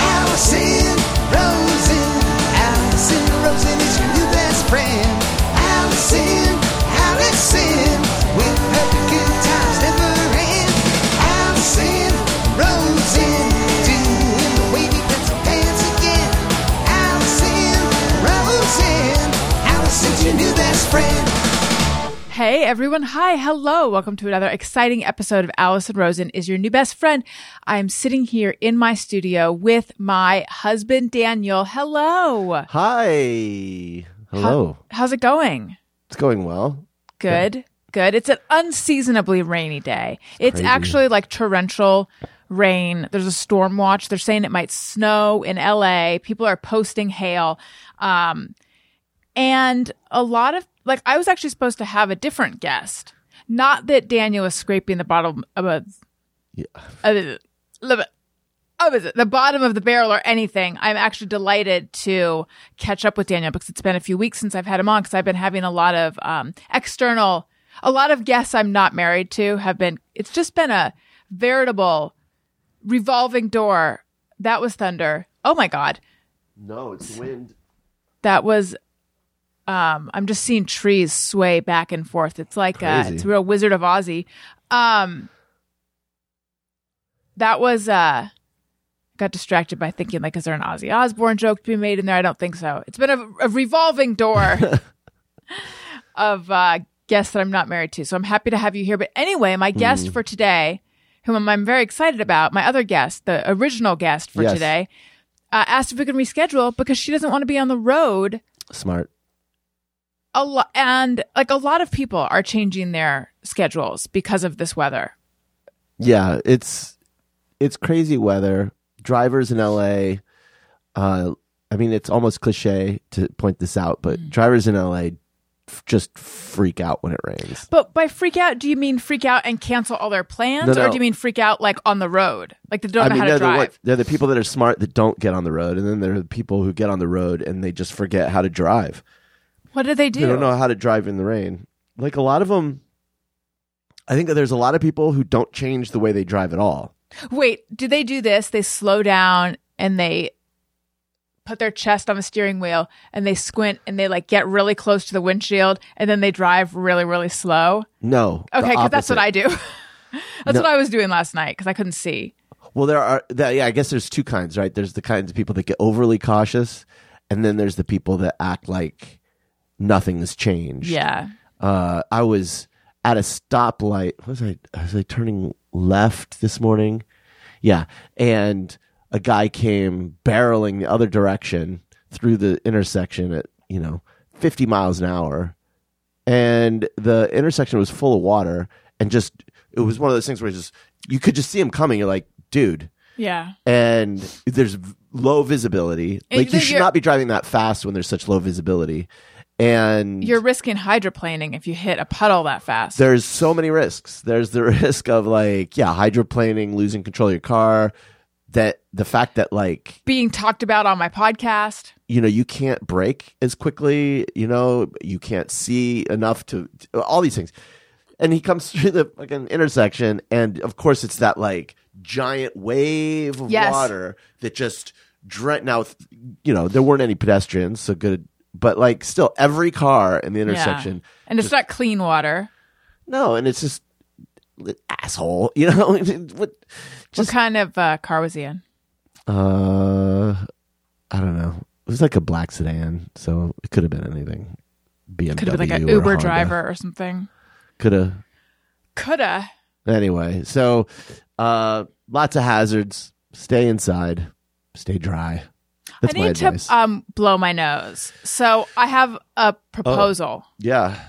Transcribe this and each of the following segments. Allison Rosen. Allison Rosen is your new best friend. Allison, Allison, with her the good times never end. Allison Rosen, doing the wavy pencil pants again. Allison Rosen, Allison's your new best friend. Hey everyone, hi, hello. Welcome to another exciting episode of Allison Rosen is your new best friend. I'm sitting here in my studio with my husband Daniel. Hello. Hi. Hello. How's it going? It's going well. Good. Good. It's an unseasonably rainy day. It's crazy. actually like torrential rain. There's a storm watch. They're saying it might snow in LA. People are posting hail. Um, and a lot of, like, I was actually supposed to have a different guest. Not that Daniel is scraping the bottom of a, Yeah. of a- of a- of a- Oh, the bottom of the barrel or anything. I'm actually delighted to catch up with Daniel because it's been a few weeks since I've had him on because I've been having a lot of um, external, a lot of guests I'm not married to have been. It's just been a veritable revolving door. That was thunder. Oh my god, No, it's wind. that was. Um, I'm just seeing trees sway back and forth. It's like uh Crazy. it's a real Wizard of Ozzy. Um, that was uh got distracted by thinking like is there an ozzy osbourne joke to be made in there i don't think so it's been a, a revolving door of uh guests that i'm not married to so i'm happy to have you here but anyway my guest for today whom I'm- i'm very excited about my other guest the original guest for Yes. today uh, asked if we can reschedule because she doesn't want to be on the road Smart. a lot and like a lot of people are changing their schedules because of this weather Yeah, it's it's crazy weather. Drivers in LA uh I mean it's almost cliché to point this out, Hmm. but drivers in LA f- just freak out when it rains. But by freak out, do you mean freak out and cancel all their plans, No, or no. do you mean freak out like on the road, like they don't I know mean, how they're to the, one- drive? they're the people that are smart that don't get on the road, and then there are the people who get on the road and they just forget how to drive. What do they do? They don't know how to drive in the rain. Like a lot of them, I think that there's a lot of people who don't change the way they drive at all. Wait, do they do this? They slow down and they put their chest on the steering wheel and they squint and they like get really close to the windshield and then they drive really really slow. No. the Okay, because that's what opposite. I do. that's No. what I was doing last night because I couldn't see. Well, there are. That, yeah, I guess there's two kinds, right? There's the kinds of people that get overly cautious, and then there's the people that act like nothing's changed. Yeah, Uh, I was at a stoplight. Was I? Was I turning left this morning? Yeah, and a guy came barreling the other direction through the intersection at you know 50 miles an hour, and the intersection was full of water, and just it was one of those things where it's just you could just see him coming. You're like, dude yeah. and there's v- low visibility. And like you you're- should not be driving that fast when there's such low visibility. And You're risking hydroplaning if you hit a puddle that fast. there's so many risks. There's the risk of like, yeah, hydroplaning, losing control of your car. That the fact that like Being talked about on my podcast. you know you can't brake as quickly. You know you can't see enough to all these things. And he comes through the fucking intersection, and of course it's that like giant wave of Yes. water that just drench. Now, th- you know there weren't any pedestrians, so good. But like still, every car in the intersection Yeah. And it's not clean water. No, and it's just asshole. You know what? Just what kind of uh, car was he in? uh, I don't know. It was like a black sedan, so it could have been anything. BMW Could have been like an or Uber Honda. driver or something. Could have. Coulda. Anyway, so uh, lots of hazards. Stay inside. Stay dry. That's I my need to advice. um, blow my nose. So I have a proposal, yeah.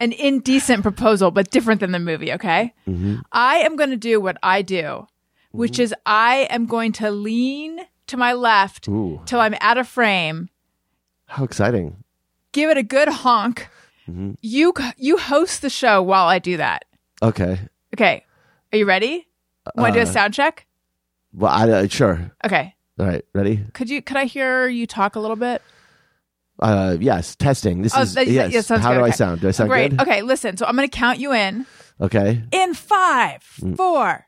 an indecent proposal, but different than the movie. Okay, Mm-hmm. I am going to do what I do, which is I am going to lean to my left Ooh, till I'm out of frame. how exciting! Mm-hmm. Give it a good honk. You you host the show while I do that. Okay. Okay, are you ready? Want to do a Uh, sound check? Well, I uh, sure. Okay. All right. Ready? Could you? Could I hear you talk a little bit? Uh, yes. Testing. This Oh, is that- that- yes. yeah, sounds how good. do I Okay. sound? Do I sound Great. good? Okay, listen. So I'm going to count you in. Okay. Mm. In five, four,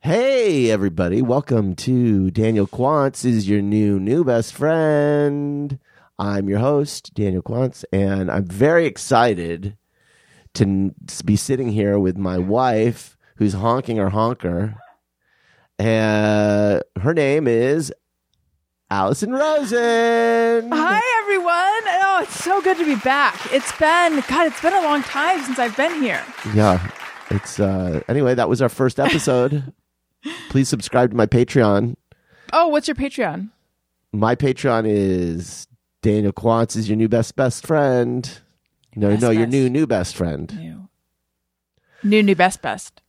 Hey, everybody. Welcome to Daniel Quantz is your new, new best friend. I'm your host, Daniel Quantz, and I'm very excited to n- be sitting here with my wife, who's honking her honker. Uh, her name is Allison Rosen. Hi, everyone. Oh, it's so good to be back. It's been, God, it's been a long time since I've been here. Yeah. It's, uh, anyway, that was our first episode. Please subscribe to my Patreon. Oh, what's your Patreon? my Patreon is Daniel Quantz is your new best best friend. No, Best no, your best. new new best friend. New. New, new, best, best.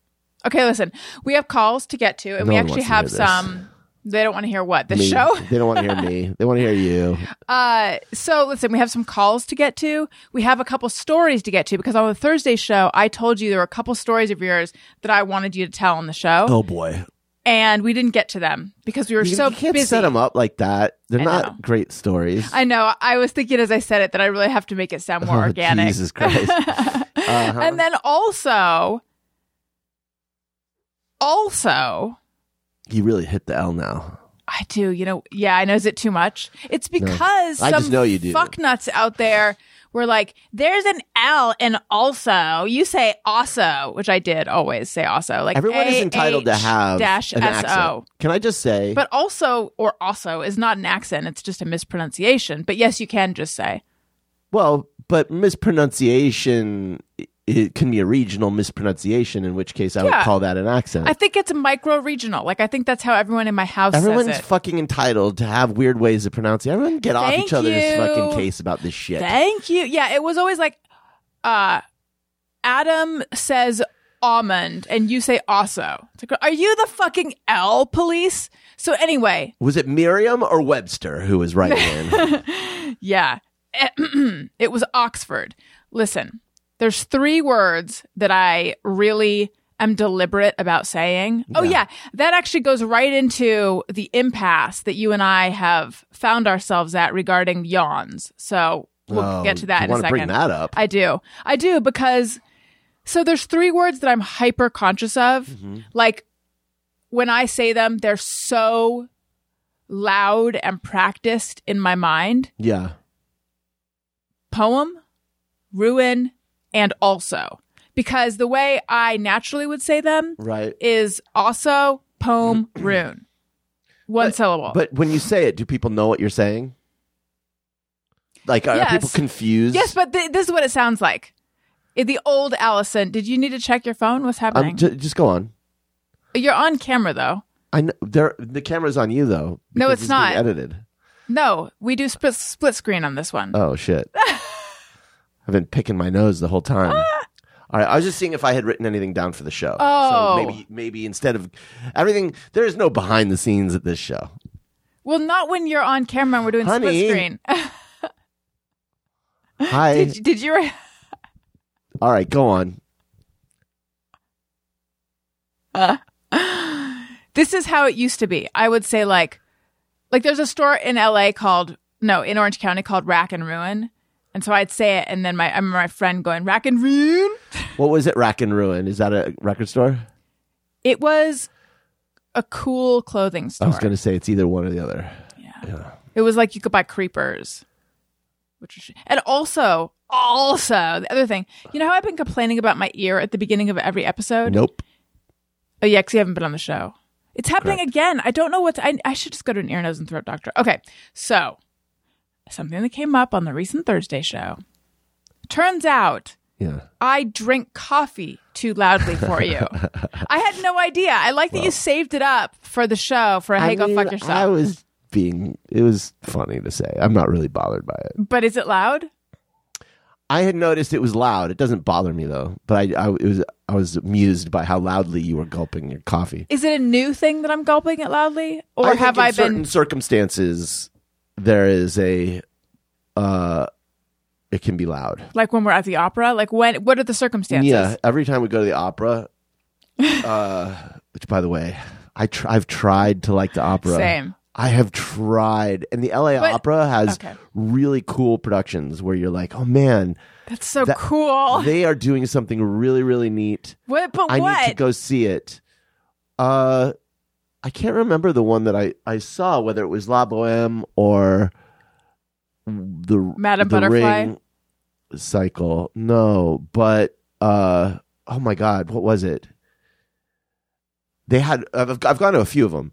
Okay, listen, we have calls to get to, and No we one actually have wants to hear this. some. They don't want to hear what? The Me. show? They don't want to hear me. They want to hear you. Uh, so listen, we have some calls to get to. We have a couple stories to get to because on the Thursday show, I told you there were a couple stories of yours that I wanted you to tell on the show, Oh boy, and we didn't get to them because we were you, so you can't busy. set them up like that. They're I not know. great stories. I know. I was thinking as I said it that I really have to make it sound more Oh, organic. Jesus Christ. Uh-huh. And then also, also, you really hit the L now. I do. You know, yeah, I know. Is it too much? It's because I some just know you do. fucknuts out there were like, "There's an L and also." You say "also," which I did always say "also." Like Everyone is entitled to have dash an accent. so. Can I just say? But also or also is not an accent; it's just a mispronunciation. But yes, you can just say. well, but mispronunciation. i- It can be a regional mispronunciation, in which case I would Yeah. call that an accent. I think it's micro regional. Like I think that's how everyone in my house Everyone's says it. fucking entitled to have weird ways of pronouncing. Everyone get off Thank each other's you. fucking case about this shit. Thank you. Yeah, it was always like uh Adam says almond and you say also. It's like, are you the fucking L police? So anyway, was it Miriam or Webster who was writing in? yeah. it was Oxford. Listen, there's three words that I really am deliberate about saying. Oh yeah, that actually goes right into the impasse that you and I have found ourselves at regarding yawns. So we'll Oh, get to that you in a wanna second. bring that up? I do. I do because so there's three words that I'm hyper conscious of. Mm-hmm. Like when I say them, they're so loud and practiced in my mind. yeah, Poem, ruin, and also. Because the way I naturally would say them right. is also poem, ruin. One syllable. But when you say it, do people know what you're saying? Like, are, are people Yes. confused? yes, but th- this is what it sounds like. In the old Allison, did you need to check your phone? What's happening? I'm, ju- just go on. You're on camera though. I know there. The camera's on you though. No, because it's not. being edited. No, we do split, split screen on this one. Oh shit! I've been picking my nose the whole time. Ah. All right, I was just seeing if I had written anything down for the show. Oh. so maybe maybe instead of everything, there is no behind the scenes at this show. well, not when you're on camera and we're doing Honey. split screen. Hi. did, did you? re- All right, go on. This is how it used to be. I would say like, like there's a store in LA called no in Orange County called Rack and Ruin, and so I'd say it, and then my I remember my friend going Rack and Ruin. What was it? Rack and Ruin? Is that a record store? It was a cool clothing I store. was going to say it's either one or the other. It was like you could buy creepers, which was, and also also the other thing. You know how I've been complaining about my ear at the beginning of every episode. Nope. Oh, yeah, 'cause you haven't been on the show. It's happening again. I don't know what's. I, I should just go to an ear, nose, and throat doctor. Okay, so something that came up on the recent Thursday show. Turns out Yeah. I drink coffee too loudly for you. I had no idea. I like that you saved it up for the show for a hey, go mean, fuck yourself. I was being. It was funny to say. I'm not really bothered by it. but is it loud? I had noticed it was loud. It doesn't bother me though. But I, I it was I was amused by how loudly you were gulping your coffee. Is it a new thing that I'm gulping it loudly, or I think have in I certain been? circumstances there is a uh it can be loud Like when we're at the opera, like when what are the circumstances? yeah every time we go to the opera uh which by the way i tr- i've tried to like the opera Same. i have tried and the la But- opera has okay. really cool productions where you're like oh man That's so That- cool. they are doing something really really neat what? But i what? need to go see it Uh, I can't remember the one that I, I saw, whether it was La Boheme or the Madame the Butterfly? Ring cycle. No, but uh, oh my god, what was it? They had I've I've gone to a few of them,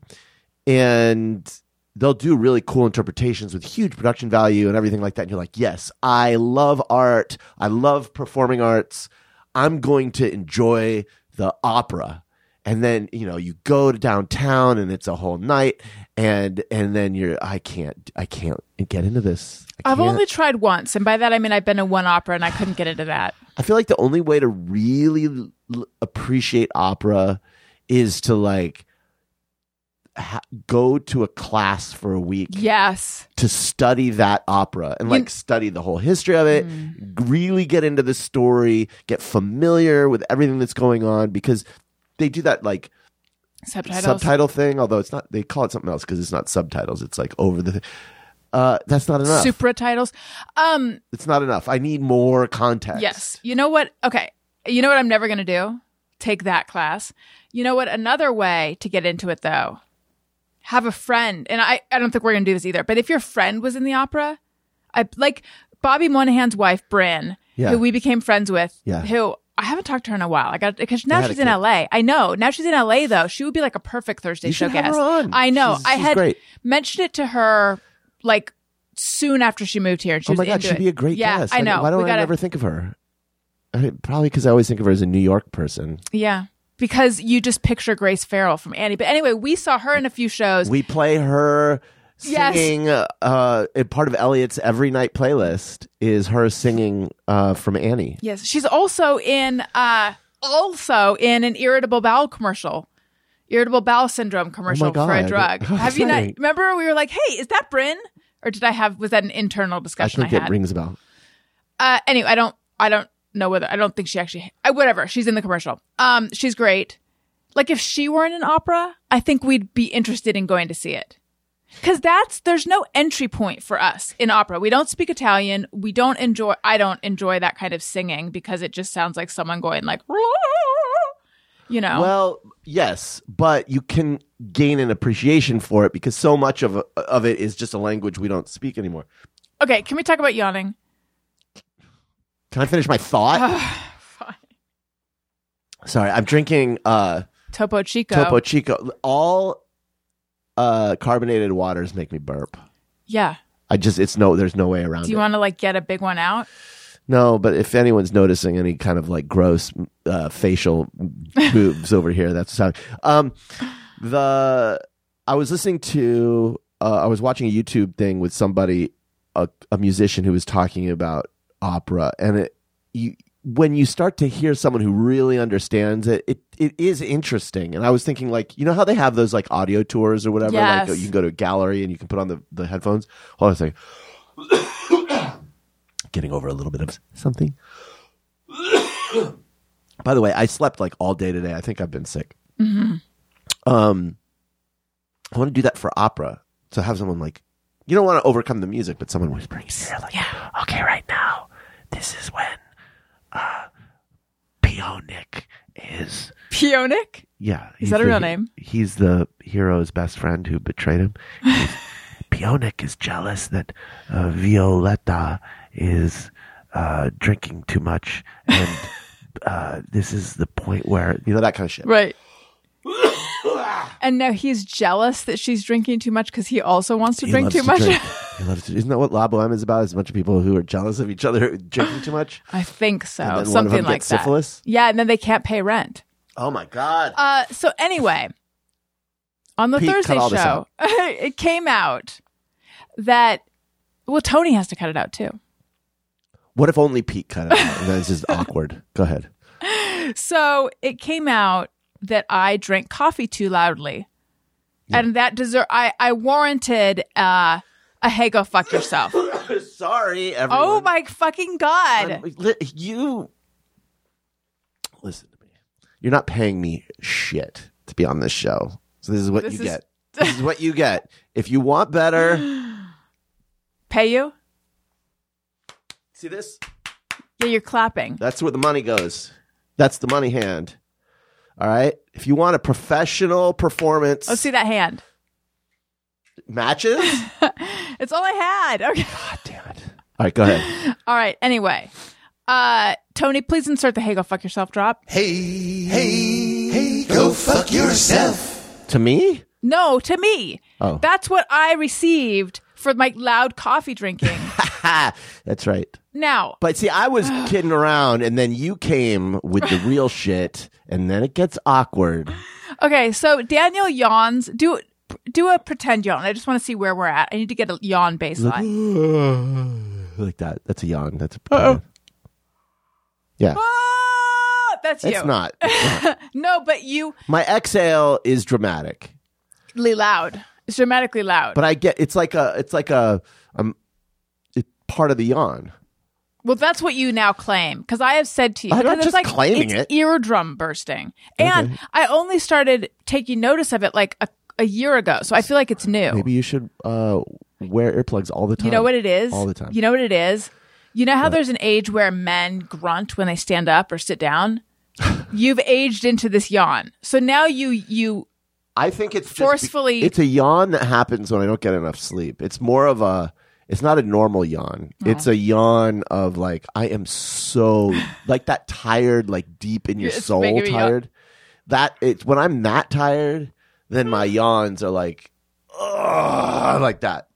and they'll do really cool interpretations with huge production value and everything like that. And you're like, yes, I love art. I love performing arts. I'm going to enjoy the opera. And then, you know, you go to downtown and it's a whole night and and then you're I can't I can't get into this. I I've can't. only tried once, and by that I mean I've been to one opera and I couldn't get into that. I feel like the only way to really l- appreciate opera is to like ha- go to a class for a week Yes. to study that opera and like study the whole history of it, really get into the story, get familiar with everything that's going on because they do that like Subtitles. subtitle thing, although it's not, they call it something else because it's not subtitles. It's like over the, uh, that's not enough. Supra titles. Um, it's not enough. I need more context. yes. You know what? Okay. You know what I'm never going to do? Take that class. You know what? Another way to get into it, though, have a friend. And I, I don't think we're going to do this either, but if your friend was in the opera, I like Bobby Moynihan's wife, Bryn, Yeah. who we became friends with, Yeah. who I haven't talked to her in a while. I got because now had a she's in kid. LA. I know. Now she's in LA though. She would be like a perfect Thursday You show should have her guest. on. I know. She's- I she's had great. mentioned it to her like soon after she moved here. and She Oh was my God, into she'd it. be a great yeah, guest. I know. Why don't we I gotta- never think of her? I, probably because I always think of her as a New York person. Yeah. Because you just picture Grace Farrell from Annie. But anyway, we saw her in a few shows. We play her Yes. singing. Uh, and part of Elliot's every night playlist is her singing uh, from Annie. yes. She's also in uh also in an irritable bowel commercial. Irritable bowel syndrome commercial for a Oh God. drug. How Have you not exciting. remember we were like, Hey, is that Bryn? Or did I have was that an internal I discussion I, think it had? rings a bell. uh anyway, I don't I don't know whether I don't think she actually I, whatever, she's in the commercial. Um, she's great. Like if she were in an opera, I think we'd be interested in going to see it. Cause that's there's no entry point for us in opera. We don't speak Italian. We don't enjoy I don't enjoy that kind of singing because it just sounds like someone going like you know. Well, yes, but you can gain an appreciation for it because so much of of it is just a language we don't speak anymore. okay, can we talk about yawning? Can I finish my thought? Fine. Sorry, I'm drinking uh, Topo Chico. Topo Chico. All uh, carbonated waters make me burp. yeah. I just it's no there's no way around Do you it. want to like get a big one out? no, but if anyone's noticing any kind of like gross uh, facial moves over here, that's the sound. Um, the I was listening to uh, I was watching a YouTube thing with somebody a, a musician who was talking about opera and it you when you start to hear someone who really understands it, it, it is interesting. And I was thinking, like, you know how they have those like audio tours or whatever? Yes. Like you can go to a gallery and you can put on the, the headphones. Hold on a second. Getting over a little bit of something. By the way, I slept like all day today. I think I've been sick. Um, I want to do that for opera. So have someone like, you don't want to overcome the music, but someone whispering in your ear, like, okay, right now, this is when uh, Pionic is. Pionic? Yeah. he's that a the- real name? He's the hero's best friend who betrayed him. He's- Pionic is jealous that uh, Violetta is uh, drinking too much. And uh, this is the point where, you know, that kind of shit. Right. and now he's jealous that she's drinking too much because he also wants to He drink loves too to much. drink. He loves to- Isn't that what La Boheme is about? Is a bunch of people who are jealous of each other drinking too much. I think so. And then one of Something them like gets that. syphilis? Yeah, and then they can't pay rent. Oh my god! Uh, so anyway, on the Pete, cut Thursday all this show, out. it came out that well, Tony has to cut it out too. what if only Pete cut it out? And then it's just awkward. Go ahead. So it came out that I drank coffee too loudly, and that deserve I I warranted uh, a hey go fuck yourself. Sorry, everyone. oh my fucking god! I'm- li- you listen to me. You're not paying me shit to be on this show. So this is what This you is- get. This is what you get. If you want better, pay you? see this. Yeah, you're clapping. That's where the money goes. That's the money hand. All right. If you want a professional performance, Let's see that hand. matches. It's all I had. Okay. God damn it. All right, go ahead. All right. Anyway, uh, Tony, please insert the "Hey, go fuck yourself" drop. Hey, hey, hey, go fuck yourself. to me? No, to me. Oh. That's what I received for my loud coffee drinking. Ha! That's right. now, But see, I was kidding around, and then you came with the real shit, and then it gets awkward. okay, so Daniel yawns. Do do a pretend yawn. I just want to see where we're at. I need to get a yawn baseline. like that. That's a yawn. That's a oh Yeah. Ah, that's you. It's not. It's not. No, but you My exhale is dramatic, really loud. It's dramatically loud. but I get it's like a it's like a um it, part of the yawn. Well, that's what you now claim because I have said to you, I'm not and it's Oh, like, just claiming it's it. Eardrum bursting, and I only started taking notice of it like a, a year ago, so I feel like it's new. Maybe you should uh wear earplugs all the time. you know what it is? All the time. You know what it is? You know how there's an age where men grunt when they stand up or sit down. You've aged into this yawn, so now you you I think it's just be- Forcefully- it's a yawn that happens when I don't get enough sleep. It's more of a. It's not a normal yawn. It's a yawn of like I am so like that tired, like deep in your It's soul making me yawn. tired. That it's when I'm that tired, then Mm. my yawns are like, ugh, like that.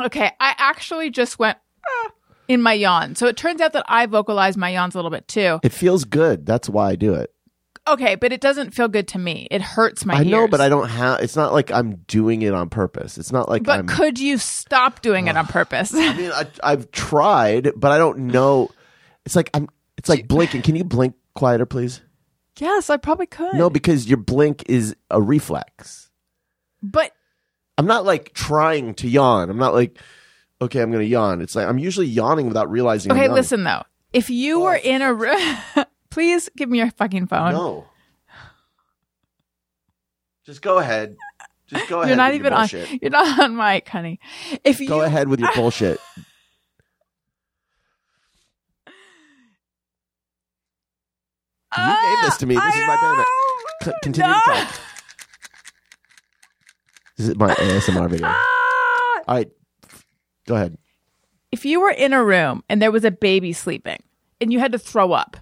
okay. I actually just went "Ah," in my yawn, so it turns out that I vocalize my yawns a little bit too. It feels good. That's why I do it. Okay, but it doesn't feel good to me. It hurts my. I know, ears. but I don't have. It's not like I'm doing it on purpose. It's not like But I'm. could you stop doing it on purpose? I mean, I, I've tried, but I don't know. It's like I'm. It's like blinking. Can you blink quieter, please? yes, I probably could. No, because your blink is a reflex. but I'm not like trying to yawn. I'm not like, okay, I'm going to yawn. It's like I'm usually yawning without realizing. I'm okay, yawning. listen though. If you were in a room, please give me your fucking phone. No. Just go ahead. Just go ahead. you're not with even your on. bullshit. You're not on mic, honey. If you Go ahead with your bullshit. You gave this to me. This is my Ah! benefit. C- continue to No. talk. This is my ASMR video. All Ah! right, go ahead. If you were in a room and there was a baby sleeping and you had to throw up,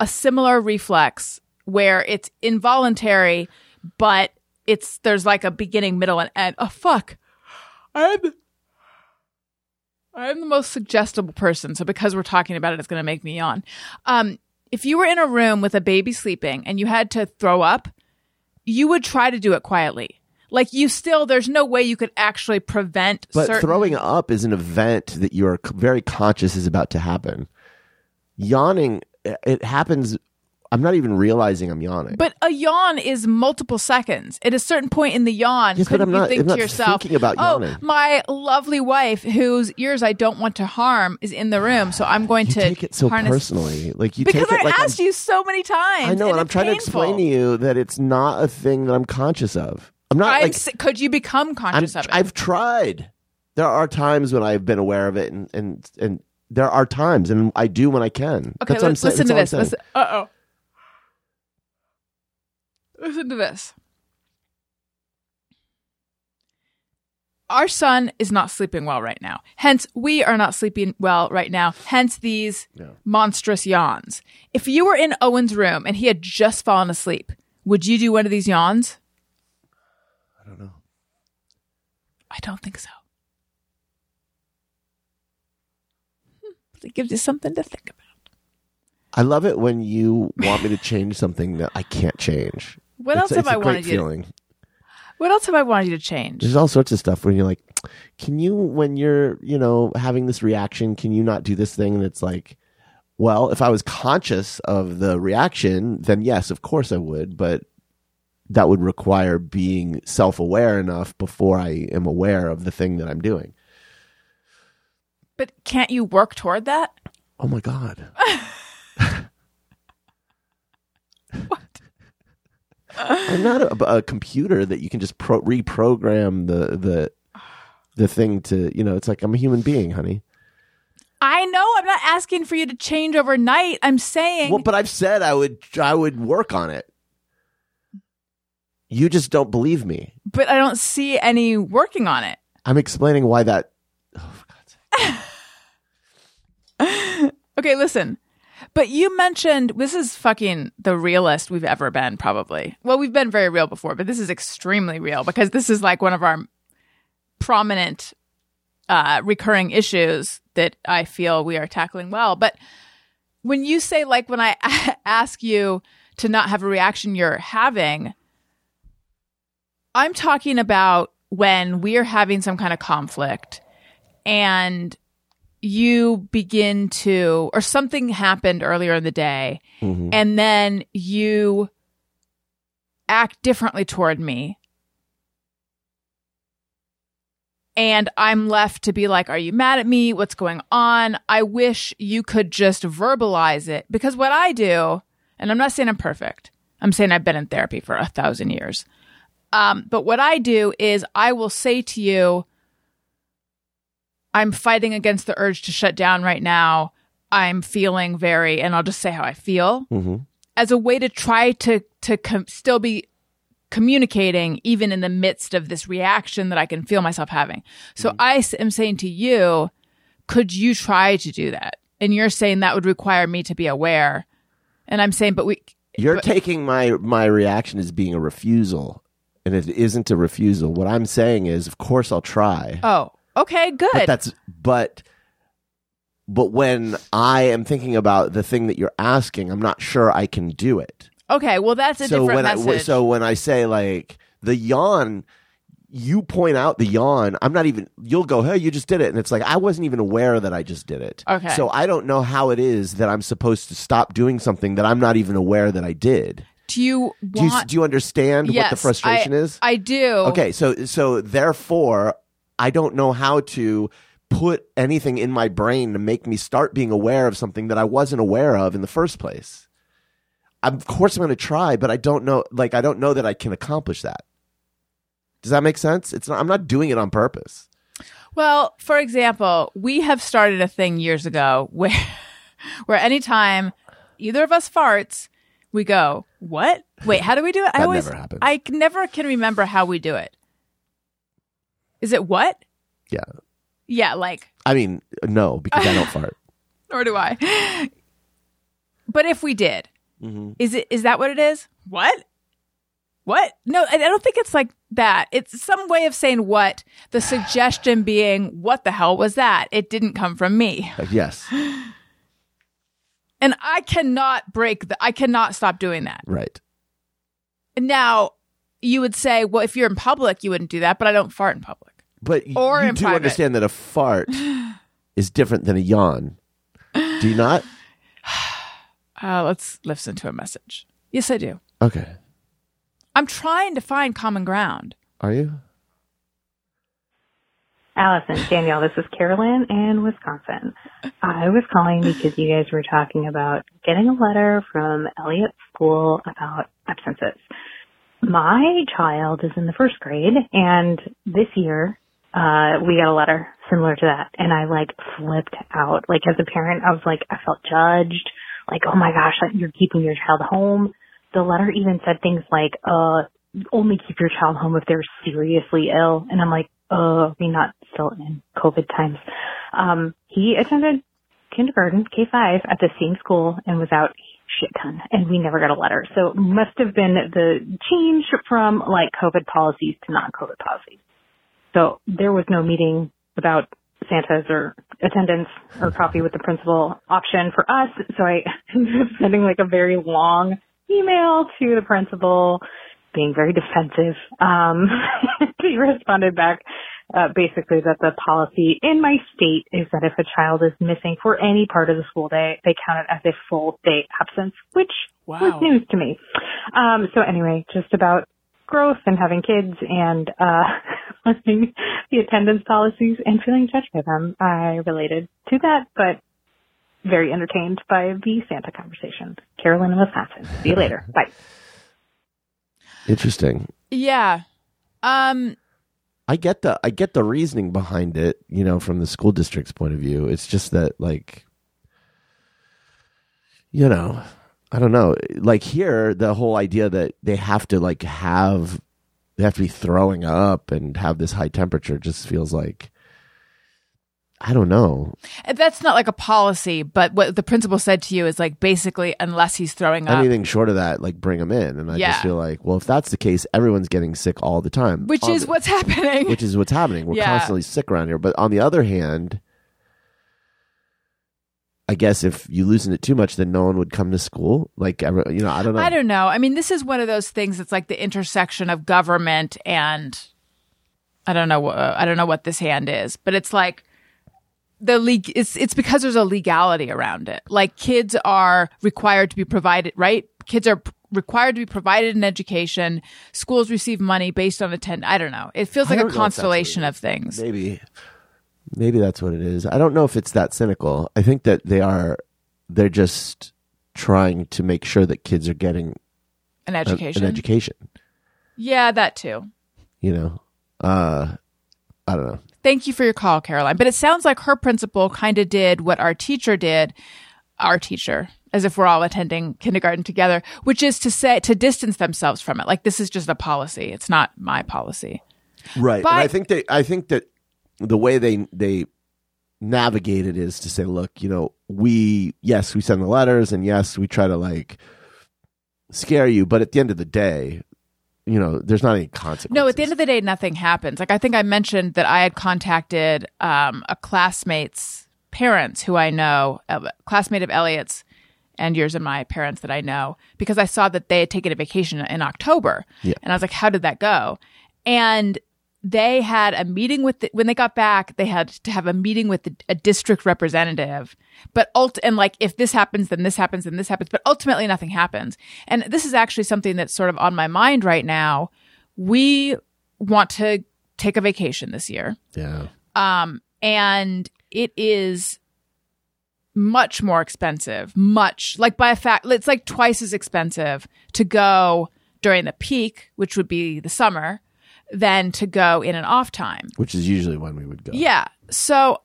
a similar reflex where it's involuntary, but it's there's like a beginning, middle, and end. Oh fuck. I'm I'm the most suggestible person, so because we're talking about it, it's gonna make me yawn. Um, if you were in a room with a baby sleeping and you had to throw up, you would try to do it quietly. Like you still, there's no way you could actually prevent. But certain- throwing up is an event that you are c- very conscious is about to happen. Yawning, i- it happens. I'm not even realizing I'm yawning. But a yawn is multiple seconds. At a certain point in the yawn, Yes, but couldn't I'm you not- think I'm not to yourself, thinking about "Oh, yawning." my lovely wife, whose ears I don't want to harm, is in the room, so I'm going you to take it so harness." personally. Like you Because take it I like I'm- asked you so many times. I know, and, I'm it's trying painful. to explain to you that it's not a thing that I'm conscious of. I'm not I'm like s- could you become I'm, conscious of it? I've tried. There are times when I've been aware of it, and and and there are times, and I do when I can. okay, That's what I'm let's saying. listen to That's this. all I'm saying. Listen, uh oh. Listen to this. Our son is not sleeping well right now. Hence, we are not sleeping well right now. Hence, these monstrous yawns. If you were in Owen's room and he had just fallen asleep, would you do one of these yawns? I don't know. I don't think so. Hmm, But it gives you something to think about. I love it when you want me to change something that I can't change. What It's- else have it's a I great wanted you to- Feeling. What else have I wanted you to change? There's all sorts of stuff when you're like, can you when you're you know having this reaction, can you not do this thing? And it's like, well, if I was conscious of the reaction, then yes, of course I would, but that would require being self-aware enough before I am aware of the thing that I'm doing. But can't you work toward that? Oh my god. I'm not a, a computer that you can just pro- reprogram the the the thing to you know. It's like I'm a human being, honey. I know I'm not asking for you to change overnight. I'm saying Well, but I've said I would I would work on it. You just don't believe me. but I don't see any working on it. I'm explaining why that. Okay, listen. But you mentioned this is fucking the realest we've ever been, probably. Well, we've been very real before, but this is extremely real because this is like one of our prominent uh, recurring issues that I feel we are tackling well. But when you say, like, when I ask you to not have a reaction you're having, I'm talking about when we are having some kind of conflict and you begin to, or something happened earlier in the day, Mhm. and then you act differently toward me. And I'm left to be like, Are you mad at me? What's going on? I wish you could just verbalize it. Because what I do, and I'm not saying I'm perfect, I'm saying I've been in therapy for a thousand years. Um, but what I do is I will say to you, I'm fighting against the urge to shut down right now. I'm feeling very, and I'll just say how I feel Mhm. as a way to try to to com- still be communicating even in the midst of this reaction that I can feel myself having. So Mm-hmm. I s I am saying to you, could you try to do that? And you're saying that would require me to be aware. And I'm saying, but we You're taking my my reaction as being a refusal, and it isn't a refusal. What I'm saying is, of course, I'll try. oh, okay, good. but that's but but when I am thinking about the thing that you're asking, I'm not sure I can do it. okay, well that's a so different when I message. w- so when I say like the yawn, you point out the yawn. I'm not even. You'll go, hey, you just did it, and it's like I wasn't even aware that I just did it. Okay. So I don't know how it is that I'm supposed to stop doing something that I'm not even aware that I did. do you want Do you, do you understand yes, what the frustration I, is? I do. Okay, so so therefore, I don't know how to put anything in my brain to make me start being aware of something that I wasn't aware of in the first place. I'm, of course, I'm going to try, but I don't know. Like, I don't know that I can accomplish that. Does that make sense? It's not. I'm not doing it on purpose. Well, for example, we have started a thing years ago where where anytime either of us farts, we go, "What? Wait, how do we do it?" I That always never happens. I c- never can remember how we do it. Is it what? Yeah. Yeah, like I mean, no, because I don't fart. nor do I. But if we did, Mhm. is it is that what it is? What? What? No, I I don't think it's like that. It's some way of saying what. The suggestion being, what the hell was that? It didn't come from me. Like, yes, And I cannot break the I cannot stop doing that. right. Now, you would say, well, if you're in public, you wouldn't do that, but I don't fart in public. But y- Or you in do private. understand that a fart is different than a yawn. Do you not? Uh, let's listen to a message. Yes, I do. Okay. I'm trying to find common ground. Are you? Allison, Danielle, this is Carolyn in Wisconsin. I was calling because you guys were talking about getting a letter from Elliott School about absences. My child is in the first grade, and this year uh, we got a letter similar to that, and I like flipped out. Like as a parent, I was like, I felt judged. Like, oh my gosh, like you're keeping your child home. The letter even said things like, uh, only keep your child home if they're seriously ill. And I'm like, oh, we not still in COVID times. Um, he attended kindergarten, K5, at the same school and was out a shit ton. And we never got a letter. So it must have been the change from like COVID policies to non-COVID policies. So there was no meeting about Santa's or attendance or coffee with the principal option for us. So I ended up sending like a very long email to the principal being very defensive. Um, he responded back uh, basically that the policy in my state is that if a child is missing for any part of the school day, they count it as a full day absence, which Wow. was news to me. Um, so anyway, just about growth and having kids and uh, learning the attendance policies and feeling judged by them. I related to that, but very entertained by the Santa conversation. Carolyn in Wisconsin. See you later. Bye. Interesting. Yeah. Um. I get the I get the reasoning behind it, you know, from the school district's point of view. It's just that like you know, I don't know. Like here, the whole idea that they have to like have they have to be throwing up and have this high temperature just feels like I don't know. And That's not like a policy, but what the principal said to you is like basically, unless he's throwing up, Anything short of that, like bring them in, and I Uh, Yeah. just feel like, well, if that's the case, everyone's getting sick all the time, which On is the- what's happening. which is what's happening. We're Yeah. constantly sick around here. But on the other hand, I guess if you loosen it too much, then no one would come to school. Like, every, you know, I don't know. I don't know. I mean, this is one of those things that's like the intersection of government and I don't know. Uh, I don't know what this hand is, but it's like the league. It's it's because there's a legality around it. Like kids are required to be provided, right? Kids are p- required to be provided an education. Schools receive money based on attend. I don't know. It feels I like a don't know if that's what it constellation of things. Maybe, maybe that's what it is. I don't know if it's that cynical. I think that they are. They're just trying to make sure that kids are getting An an- education. an education. yeah, that too. You know, uh, I don't know. Thank you for your call, Caroline. But it sounds like her principal kind of did what our teacher did, our teacher, as if we're all attending kindergarten together, which is to say, to distance themselves from it. Like, this is just a policy. It's not my policy. right But- and i think they i think that the way they they navigate it is to say look you know we yes we send the letters and yes we try to like scare you but at the end of the day you know there's not any consequences No, at the end of the day, nothing happens. Like, I think I mentioned that I had contacted um, a classmate's parents who I know, a classmate of Elliot's and yours and my parents that I know, because I saw that they had taken a vacation in October. Yeah. And I was like, how did that go? And they had a meeting with the, when they got back they had to have a meeting with the, a district representative but ult and like if this happens then this happens and this happens but ultimately nothing happens and this is actually something that's sort of on my mind right now we want to take a vacation this year yeah um, and it is much more expensive, much like by a fact, it's like twice as expensive to go during the peak, which would be the summer, than to go in an off time. which is usually when we would go Yeah. So,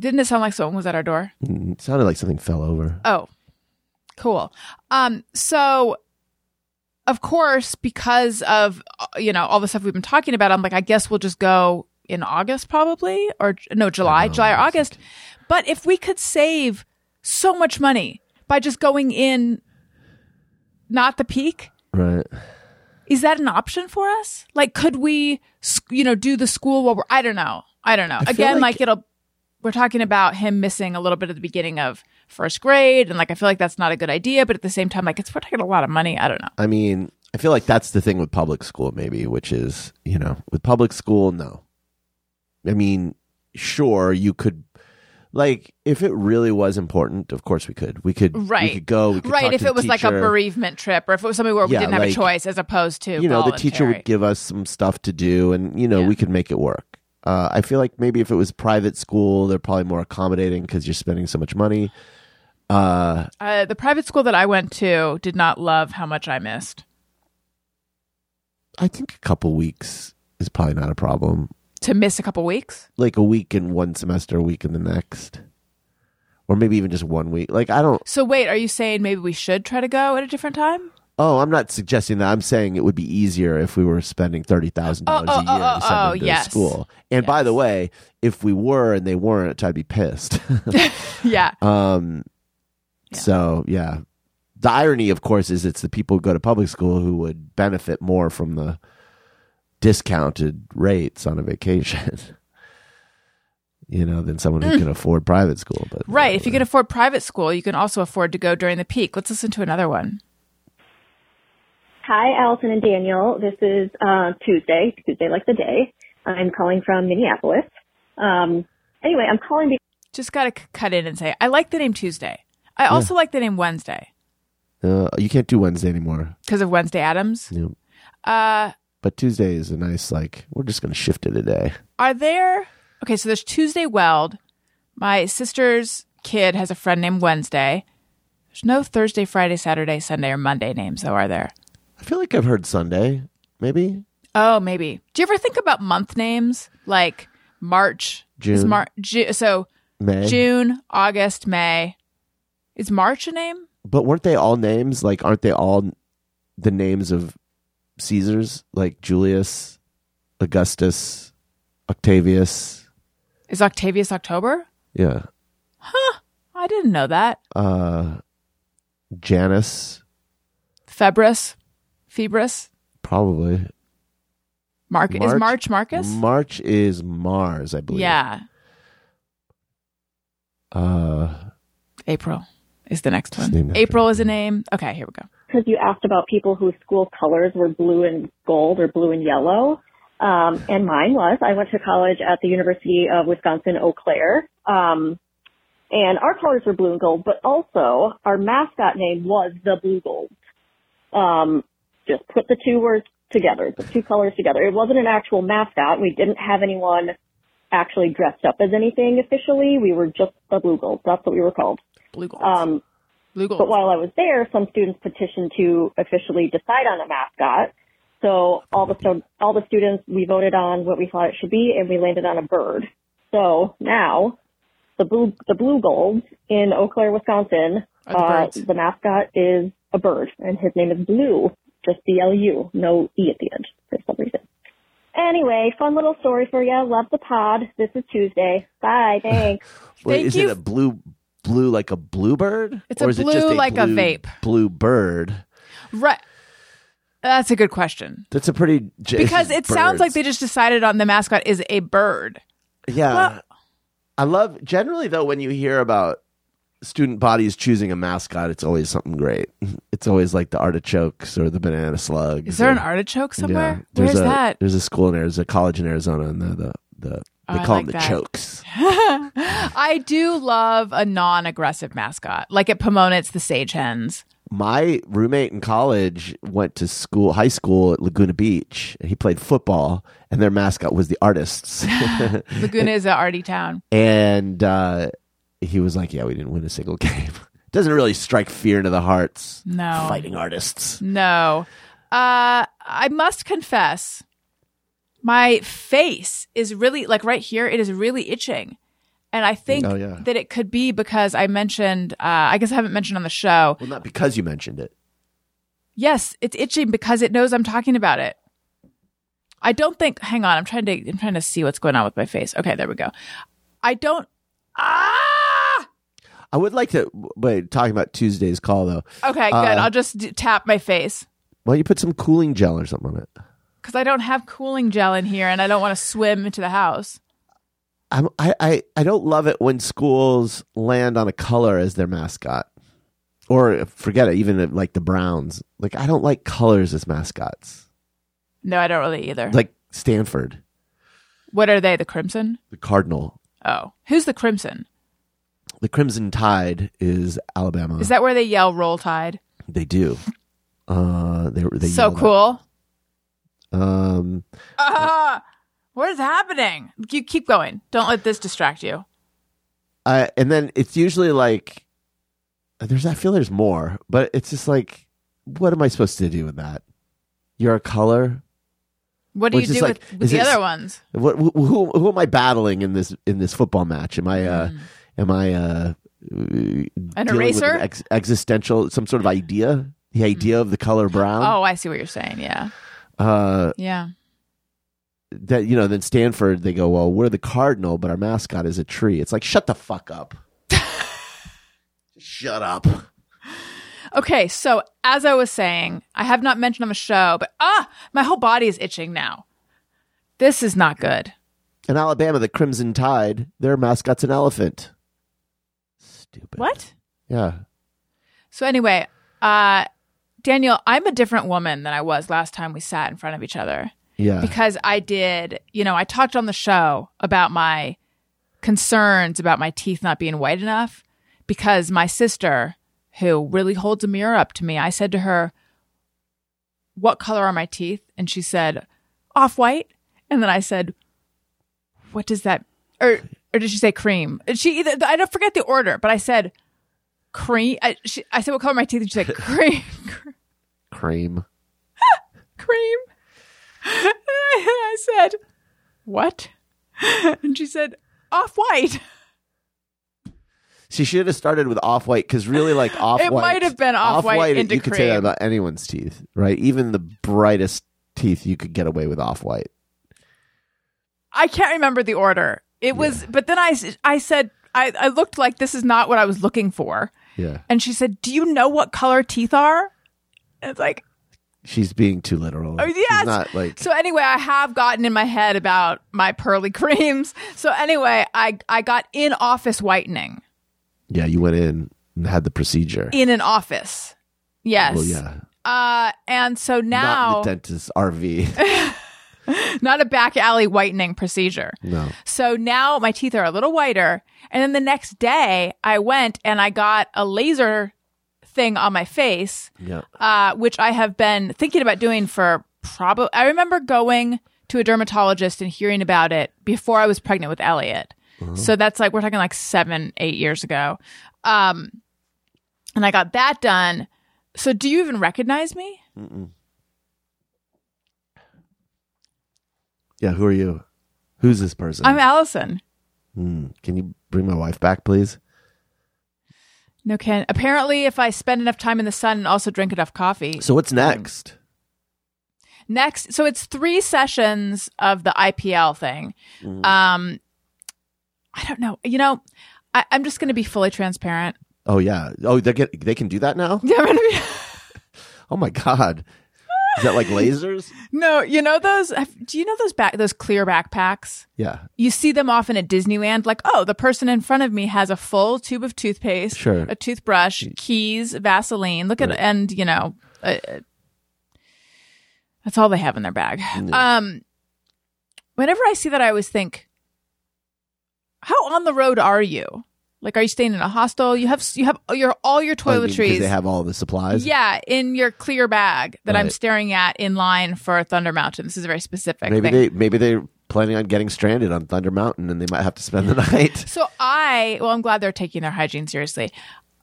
didn't it sound like someone was at our door? Mm, it sounded like something fell over Oh, cool. Um, so of course, because of uh, you know all the stuff we've been talking about, I'm like, I guess we'll just go in August probably, or no, July, know, July or I was August. But if we could save so much money by just going in, not the peak, right is that an option for us? Like, could we, s- you know, do the school while we're? I don't know. I don't know. feel Again, like, like- it'll. We're talking about him missing a little bit at the beginning of first grade, and like I feel like that's not a good idea. But at the same time, like it's we're talking a lot of money. I don't know. i mean i feel like that's the thing with public school maybe which is you know with public school no i mean sure you could like if it really was important of course we could we could we Right. could go we could talk right? to If the it was like a teacher. bereavement trip, or if it was something where we Yeah, didn't have a like, choice, as opposed to you know the teacher voluntary. would give us some stuff to do and you know Yeah. we could make it work uh, i feel like maybe if it was private school they're probably more accommodating because you're spending so much money uh, Uh, the private school that I went to did not love how much I missed. i think a couple weeks is probably not a problem To miss a couple weeks, like a week in one semester a week in the next or maybe even just one week like i don't so wait, are you saying maybe we should try to go at a different time? oh i'm not suggesting that i'm saying it would be easier if we were spending $30000 Oh, oh, a year oh, to oh, send oh, them to yes. school and by the Yes. way if we were and they weren't i'd be pissed yeah, Um, Yeah. So yeah, the irony, of course, is it's the people who go to public school who would benefit more from the discounted rates on a vacation. you know, than someone who can afford private school. But Mm. right. If you can afford private school, you can also afford to go during the peak. Let's listen to another one. Hi, Allison and Daniel. This is uh, Tuesday, Tuesday like the day. I'm calling from Minneapolis. Um, anyway, I'm calling because Just got to c- cut in and say, I like the name Tuesday. I also like the name Wednesday uh, you can't do Wednesday anymore. because of Wednesday Adams. You know, Uh, but Tuesday is a nice like we're just going to shift it a day. are there okay so there's tuesday weld my sister's kid has a friend named wednesday there's no thursday friday saturday sunday or monday names though are there I feel like I've heard Sunday. Maybe oh maybe do you ever think about month names like march is June. Mar- Ju- so May. june august may is march a name but weren't they all names? Like, aren't they all the names of Caesars? Like Julius, Augustus, Octavius. Is Octavius October? Yeah. I didn't know that. Uh, Janus, Febris, Febris, probably. Mark is March- March Marcus. March is Mars, I believe. yeah, Uh, April is the next Just name one. after April is a name. Okay, here we go. because you asked about people whose school colors were blue and gold or blue and yellow. Um, and mine was. I went to college at the University of Wisconsin Eau Claire. Um, and our colors were blue and gold, but also our mascot name was the Blue Gold. Um, just put the two words together, the two colors together. It wasn't an actual mascot. We didn't have anyone actually dressed up as anything officially. We were just the Blue Gold. That's what we were called. Blue gold. Um, Blue gold. but while I was there, some students petitioned to officially decide on a mascot. So all the stu- all the students we voted on what we thought it should be, and we landed on a bird. So now the blue the blue golds in Eau Claire, Wisconsin, Are the uh, birds. the mascot is a bird, and his name is Blue, just B L U, no e at the end for some reason. Anyway, fun little story for you. Love the pod. This is Tuesday. Bye. Thanks. wait, Thank is you. it a blue, blue like a bluebird? It's or a is it just blue like a blue- vape. Blue bird. right. That's a good question That's a pretty because it sounds like they just decided on the mascot is a bird. Yeah. Well- I love generally though when you hear about student bodies choosing a mascot, it's always something great. It's always like the artichokes or the banana slug. Is there an artichoke somewhere? There's Where's a, that? Oh, There's a school in Arizona, a college in Arizona, and the the, the they I call like them the that. chokes. I do love a non-aggressive mascot. Like at Pomona, it's the sage hens. My roommate in college went to school, high school at Laguna Beach, and he played football, and their mascot was the artists. Laguna is a arty town. and uh, he was like, "Yeah, we didn't win a single game." Doesn't really strike fear into the hearts. No. fighting artists. No. Uh, I must confess, my face is really, like right here, it is really itching. And I think Oh, yeah. that it could be because I mentioned, uh, I guess I haven't mentioned on the show. Well, not because you mentioned it. Yes, it's itching because it knows I'm talking about it. I don't think, hang on, I'm trying to, I'm trying to see what's going on with my face. Okay, there we go. I don't, ah! I would like to. Wait, talking about Tuesday's call though. Okay, good. Uh, I'll just d- tap my face Why don't you put some cooling gel or something on it? because I don't have cooling gel in here and I don't want to swim into the house. I'm, I I I don't love it when schools land on a color as their mascot, or forget it. Even if, like the Browns, like I don't like colors as mascots. No, I don't really either. Like Stanford, What are they? The Crimson? the Cardinal, Oh, who's the Crimson? the Crimson Tide is Alabama. Is that where they yell "Roll Tide"? they do? Uh, they they So yell that. cool. Um, Ah, what is happening? You keep going. Don't let this distract you. uh, and then it's usually like there's I feel there's more, but it's just like what am I supposed to do with that? You're a color. What do Which you is do like- with, is with the it- other ones? What who, who who am I battling in this in this football match? Am I uh am I uh an Hmm. eraser? Hmm. ex- existential some sort of idea? The idea of the color brown. oh, I see what you're saying. Yeah, Uh, yeah. that you know. Then Stanford, they go, well, we're the cardinal, but our mascot is a tree. It's like shut the fuck up. shut up. Okay, so as I was saying, I have not mentioned on the show, but ah, my whole body is itching now. This is not good. In Alabama, the Crimson Tide, their mascot's an elephant. Stupid. What? Yeah. So anyway, uh, Daniel, I'm a different woman than I was last time we sat in front of each other. Yeah. because I did, you know, I talked on the show about my concerns about my teeth not being white enough because my sister, who really holds a mirror up to me, I said to her, What color are my teeth? And she said, Off white. And then I said, What does that, or, or did she say cream? And she either, I don't forget the order, but I said, Cream. I, she, I said, What color are my teeth? And she said, Cream. Cream. cream. And I said, What? And she said, Off white. She should have started with off white because really, like off white. might have been Off-White into You could say that cream. about anyone's teeth, right? Even the brightest teeth, you could get away with off white. I can't remember the order. It was, but then I, s- I said, I, I looked like this is not what I was looking for. Yeah, And she said, Do you know what color teeth are? And it's like, she's being too literal. Oh, yes. She's not like So anyway, I have gotten in my head about my pearly creams. So anyway, I, I got in office whitening yeah. You went in and had the procedure. in an office. Yes. Well, yeah. Uh, and so now, not the dentist's RV. not a back alley whitening procedure. no. So now my teeth are a little whiter. And then the next day, I went and I got a laser thing on my face, Yeah. uh, which I have been thinking about doing for probably. I remember going to a dermatologist and hearing about it before I was pregnant with Elliot. So that's like, we're talking like seven, eight years ago. Um, and I got that done. So do you even recognize me? Yeah. Who are you? Who's this person? I'm Allison. Hmm. Can you bring my wife back, please? No, Ken. Apparently, if I spend enough time in the sun and also drink enough coffee, So what's next? next so it's three sessions of the ipl thing um i don't know you know I, i'm just gonna be fully transparent Oh yeah. Oh, they get they can do that now. Yeah, I'm gonna be- Oh my god. Is that like lasers? no you know those do you know those back those clear backpacks Yeah. you see them often at disneyland like oh the person in front of me has a full tube of toothpaste Sure. Mm. a toothbrush keys vaseline look at and you know uh, uh, that's all they have in their bag um whenever i see that i always think how on the road are you like are you staying in a hostel you have you have your all your Oh, you mean 'cause toiletries They have all the supplies. yeah in your clear bag that i'm Right. staring at in line for thunder mountain this is a very specific Maybe thing. they maybe they're planning on getting stranded on Thunder Mountain and they might have to spend the night. So I, well, I'm glad they're taking their hygiene seriously.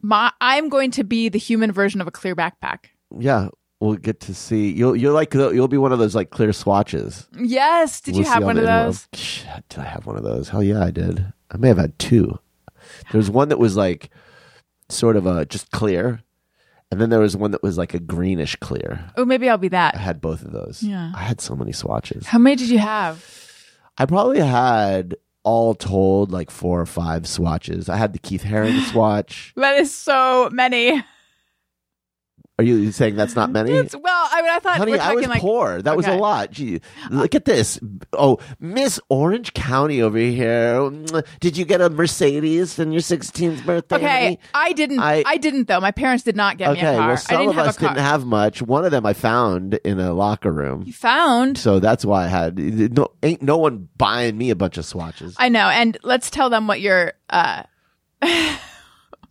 My, I'm going to be the human version of a clear backpack. Yeah. We'll get to see. You'll you're like you'll be one of those like clear swatches. Yes. Did you We'll have see one of on the envelope. those? Shh, Did I have one of those? Hell yeah, I did. I may have had two. There was one that was like sort of a just clear, and then there was one that was like a greenish clear. Oh, maybe I'll be I that. had both of those. Yeah. I had so many swatches. How many did you have? I probably had all told like four or five swatches. I had the Keith Haring swatch. That is so many. Are you saying that's not many? It's, well, I mean, I thought Honey, we're I talking was like poor. That was a Okay. lot. Gee, look at this. Oh, Miss Orange County over here. Did you get a Mercedes on your 16th birthday? okay. honey? I didn't. I, I- didn't though. My parents did not get me a Okay. car. Well, I some didn't of have us a car. didn't have much. One of them I found in a locker room. you found. So that's why I had no ain't no one buying me a bunch of swatches. I know. And let's tell them what your uh,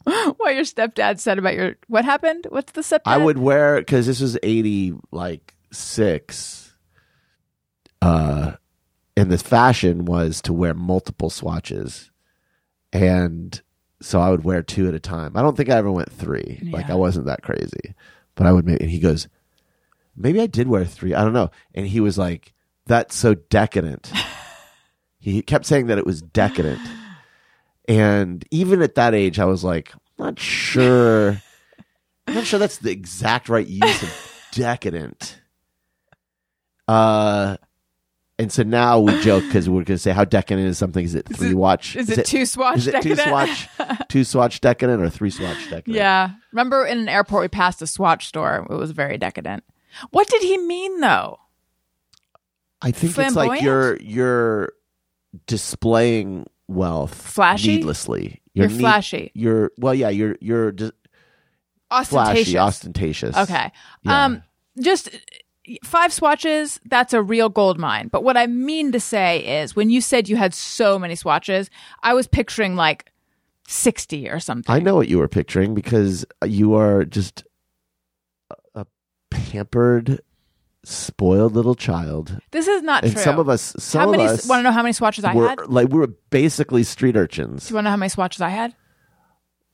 what your stepdad said about your what happened. What's the stepdad? I would wear because this was eighty like six. Uh, and the fashion was to wear multiple swatches, and so I would wear two at a time. I don't think I ever went three. Like Yeah. I wasn't that crazy, but I would. Maybe, and he goes, maybe I did wear three. I don't know. And he was like, that's so decadent. he kept saying that it was decadent. And even at that age, I was like, not sure. I'm not sure that's the exact right use of decadent. Uh, and so now we joke because we're going to say how decadent is something. Is it three watch? Is, it, two swatch? Is it two decadent? swatch? two swatch decadent or three swatch decadent? Yeah. Remember in an airport we passed a swatch store. It was very decadent. What did he mean though? I think it's like Flamboyant? you're you're displaying wealth Flashy? needlessly. You're, need- flashy. You're well, yeah. You're you're dis- Ostentatious. flashy, ostentatious. Okay. Yeah. Um just uh, five swatches, that's a real gold mine. But what I mean to say is when you said you had so many swatches, I was picturing like 60 or something. I know what you were picturing because you are just a, a pampered, spoiled little child, This is not and true. some of us, some how of many us, want to know how many swatches I were had? Do like we were basically street urchins. you want to know how many swatches I had?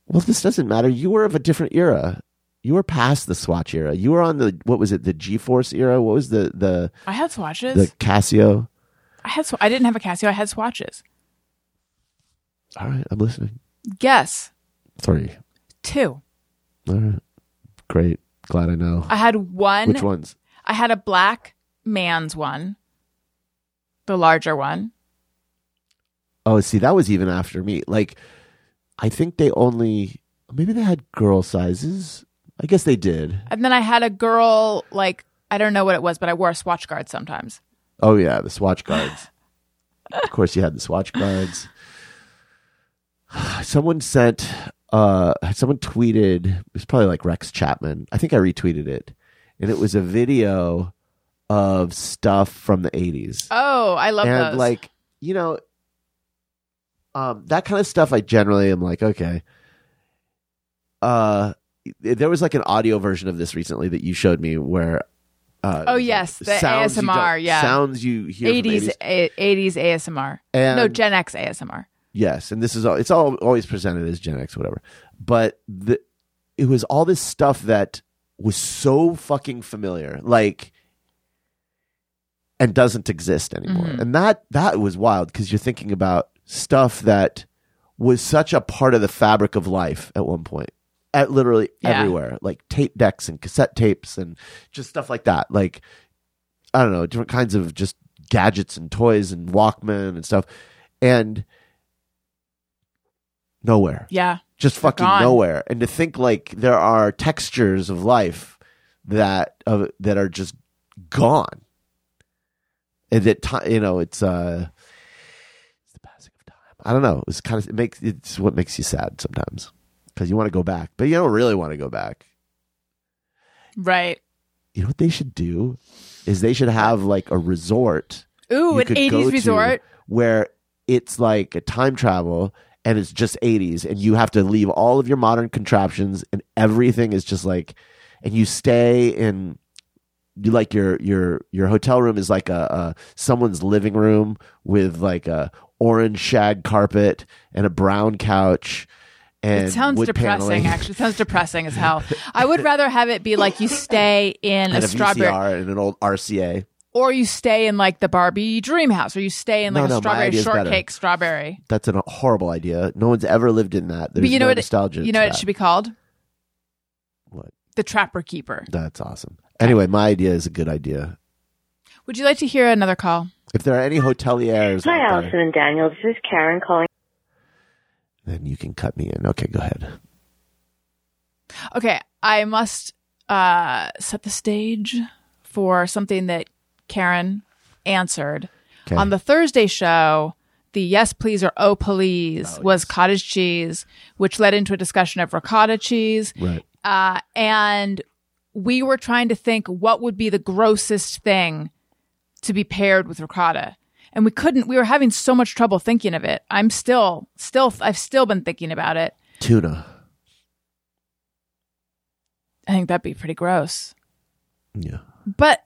Well, this doesn't matter. You were of a different era. You were past the Swatch era. You were on the what was it? The G-force era. What was the the I had swatches. the Casio? I had sw- I didn't have a Casio. I had swatches. All right, I'm listening. Guess. Three. Two. All right. Great. Glad I know. I had one. Which ones? I had a black man's one, the larger one. Oh, see, that was even after me. Like, I think they only maybe they had girl sizes. I guess they did. And then I had a girl, like, I don't know what it was, but I wore a swatch guard sometimes. Oh yeah, the swatch guards. of course, you had the swatch guards. Someone sent. Uh, someone tweeted. It was probably like Rex Chapman. I think I retweeted it, and it was a video of stuff from the eighties. Oh, I love and those. like you know um that kind of stuff i generally am like okay uh there was like an audio version of this recently that you showed me where uh, Oh, it was, like, yes, the sounds you don't- ASMR, yeah. sounds you hear from 80s, 80s, a- 80s ASMR. and no, Gen X ASMR. Yes, and this is all, it's all always presented as Gen X, whatever. But the it was all this stuff that was so fucking familiar, like, and doesn't exist anymore. Mhm. And that that was wild because you're thinking about stuff that was such a part of the fabric of life at one point, at literally Yeah. everywhere, like tape decks and cassette tapes and just stuff like that. Like, I don't know, different kinds of just gadgets and toys and Walkman and stuff, and nowhere, Yeah. just fucking gone. nowhere. And to think like there are textures of life that of that are just gone, and that ti you know it's uh, it's the passing of time. I don't know. It's kind of it makes it's what makes you sad sometimes because you want to go back, but you don't really want to go back. Right. You know what they should do is they should have like a resort Ooh, you an could go 80s to resort. where it's like a time travel and it's just 80s and you have to leave all of your modern contraptions and everything is just like and you stay in you like your your your hotel room is like a, a someone's living room with like a orange shag carpet and a brown couch and It sounds wood depressing, paneling actually. It sounds depressing as hell. I would rather have it be like you stay in and a a strawberry VCR and an old RCA. or you stay in like the Barbie dream house or you stay in like No, a no, my strawberry idea's better. shortcake strawberry. That's a horrible idea. No one's ever lived in that. There's but you know no what nostalgia. it, you know to what that. it should be called? What? The Trapper Keeper. That's awesome. Anyway, my idea is a good idea. Would you like to hear another call? If there are any hoteliers, Hi, out Allison there, and Daniel. This is Karen calling. then you can cut me in. Okay, go ahead. Okay, I must uh, set the stage for something that Karen answered Okay. on the Thursday show. The yes please or oh please Oh, was yes. cottage cheese, which led into a discussion of ricotta cheese, right. uh, and we were trying to think what would be the grossest thing to be paired with ricotta and we couldn't we were having so much trouble thinking of it i'm still still i've still been thinking about it Tuna. i think that'd be pretty gross Yeah. but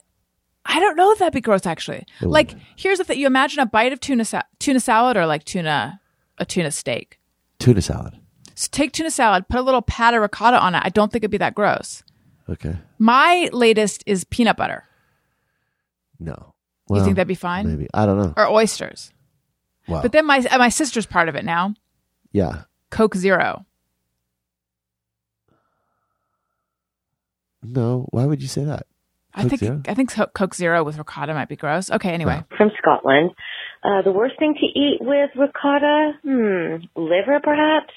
I don't know if that'd be gross actually. It like, would. here's the thing: you imagine a bite of tuna sa- tuna salad or like tuna a tuna steak. Tuna salad. So take tuna salad, put a little pat of ricotta on it. I don't think it'd be that gross. Okay. My latest is peanut butter No. You think that'd be fine? Maybe. I don't know. or oysters. Wow. But then my uh, my sister's part of it now. yeah. Coke Zero. No. Why would you say that? I Coke think Zero? I think so- Coke Zero with ricotta might be gross. Okay, anyway, from Scotland. Uh, the worst thing to eat with ricotta? Hmm, liver perhaps?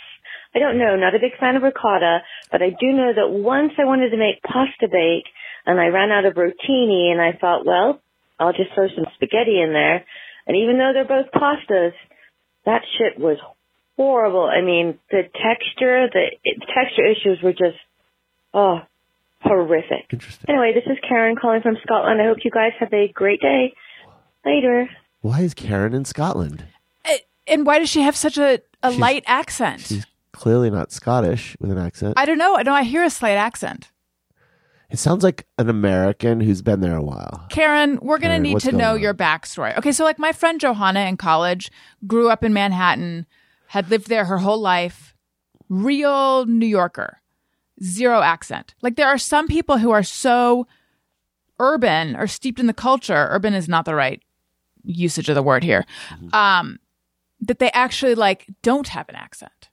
I don't know. Not a big fan of ricotta, but I do know that once I wanted to make pasta bake and I ran out of rotini and I thought, well, I'll just throw some spaghetti in there. And even though they're both pastas, that shit was horrible. I mean, the texture, the it, texture issues were just, oh, horrific. Interesting. Anyway, this is Karen calling from Scotland. I hope you guys have a great day. Later. Why is Karen in Scotland? A- Eh, and why does she have such a, a She's- light accent? She's clearly not Scottish with an accent. I don't know. I know I hear a slight accent. it sounds like an American who's been there a while. Karen, we're going Karen, to need what's to going know on? your backstory. Okay, so like my friend Johanna in college grew up in Manhattan, had lived there her whole life, real New Yorker, zero accent. Like there are some people who are so urban or steeped in the culture, urban is not the right usage of the Mm-hmm. word here, um, that they actually like don't have an accent.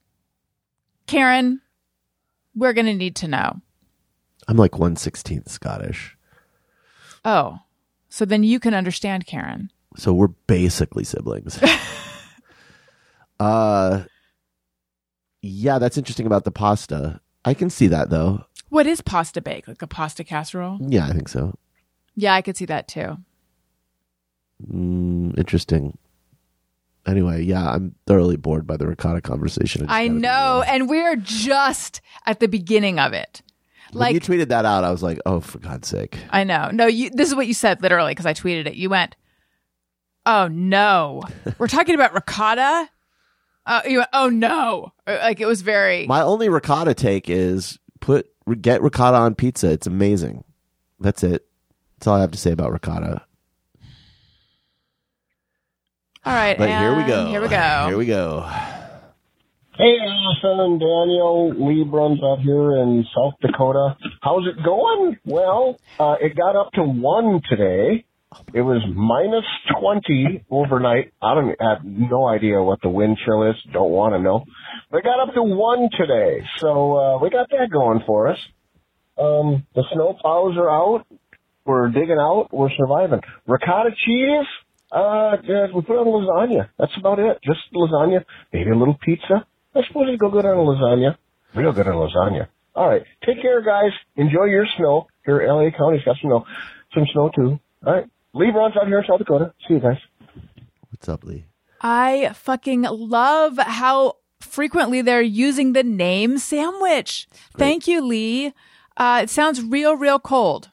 Karen, we're going to need to know. I'm like one sixteenth Scottish, Oh, so then you can understand Karen. so we're basically siblings. uh, yeah, that's interesting about the pasta. I can see that though. What is pasta bake? Like a pasta casserole? Yeah, I think so. Yeah, I could see that too. Mm, interesting. Anyway, yeah, I'm thoroughly bored by the ricotta conversation. just I gotta be know. real. And we're just at the beginning of it. when you Like, tweeted that out, I was like, oh, for God's sake. I know. No, you, this is what you said literally because I tweeted it. You went, "Oh no, we're talking about ricotta." Uh, you went, "Oh no!" Uh, Like it was very. My only ricotta take is put get ricotta on pizza. It's amazing. That's it. That's all I have to say about ricotta. All right, But here we and go. Here we go. Here we go. Hey, Allison and Daniel, Lee Bruns out here in South Dakota. How's it going? Well, uh, it got up to one today. It was minus 20 overnight. I don't I have no idea what the wind chill is. Don't want to know. But it got up to one today. So, uh, we got that going for us. Um, the snow plows are out. We're digging out. We're surviving. Ricotta cheese. Uh, yeah, we put on lasagna. That's about it. Just lasagna. Maybe a little pizza. I suppose it'd go good on a lasagna. Real good on lasagna. All right. Take care, guys. Enjoy your snow. Here, LA County's got some snow. Some snow too. All right. Lee Brown's out here in South Dakota. See you guys. What's up, Lee? I fucking love how frequently they're using the name sandwich. Thank you, Lee. Uh, it sounds real, real cold.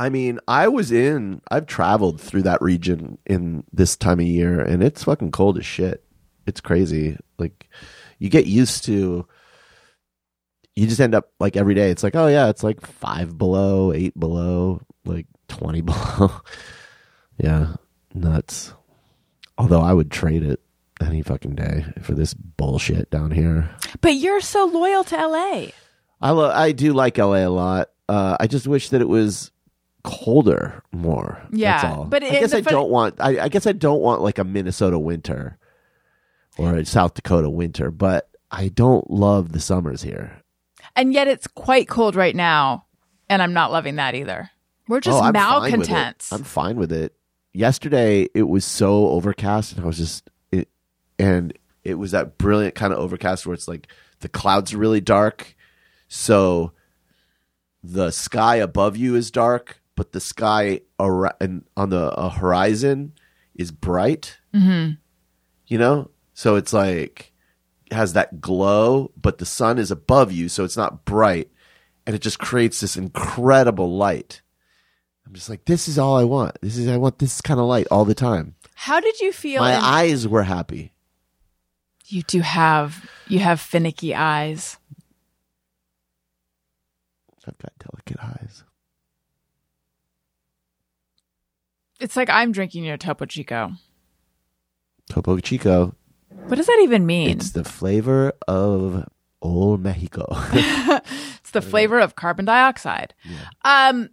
I mean, I was in. I've traveled through that region in this time of year, and it's fucking cold as shit. It's crazy. Like, you get used to. You just end up like every day. It's like, oh yeah, it's like five below, eight below, like twenty below. yeah, nuts. Although I would trade it any fucking day for this bullshit down here. But you're so loyal to LA. I lo- I do like LA a lot. Uh, I just wish that it was colder more. Yeah, that's all. but I it- guess the I fun- don't want. I, I guess I don't want like a Minnesota winter or a South Dakota winter. But I don't love the summers here. And yet it's quite cold right now, and I'm not loving that either. We're just Oh, I'm fine with it. malcontents. I'm fine with it. Yesterday it was so overcast, and I was just it, and it was that brilliant kind of overcast where it's like the clouds are really dark, so the sky above you is dark, but the sky ar- and on the uh, horizon is bright. Mm-hmm. You know, so it's like has that glow, but the sun is above you, so it's not bright, and it just creates this incredible light. I'm just like, this is all I want. This is I want this kind of light all the time. How did you feel? My in- eyes were happy. you do have you have finicky eyes. I've got delicate eyes. It's like I'm drinking your Topo Chico. Topo Chico. What does that even mean? It's the flavor of old Mexico. It's the flavor of carbon dioxide. Um,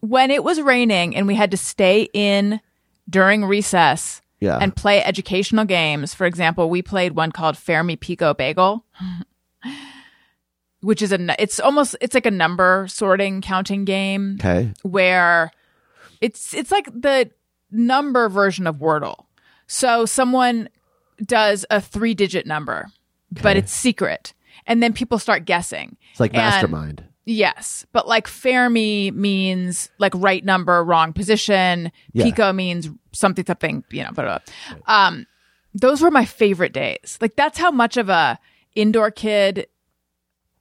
when it was raining and we had to stay in during recess yeah. and play educational games, for example, we played one called Fermi Pico Bagel, which is a nu- it's almost it's like a number sorting counting game okay. where it's it's like the number version of Wordle. So someone does a three digit number, but Okay. it's secret. And then people start guessing. It's like And- mastermind. Yes. But like Fermi means like right number, wrong position. Yeah. Pico means something, something, you know, blah, blah, blah. Um, those were my favorite days. Like that's how much of a indoor kid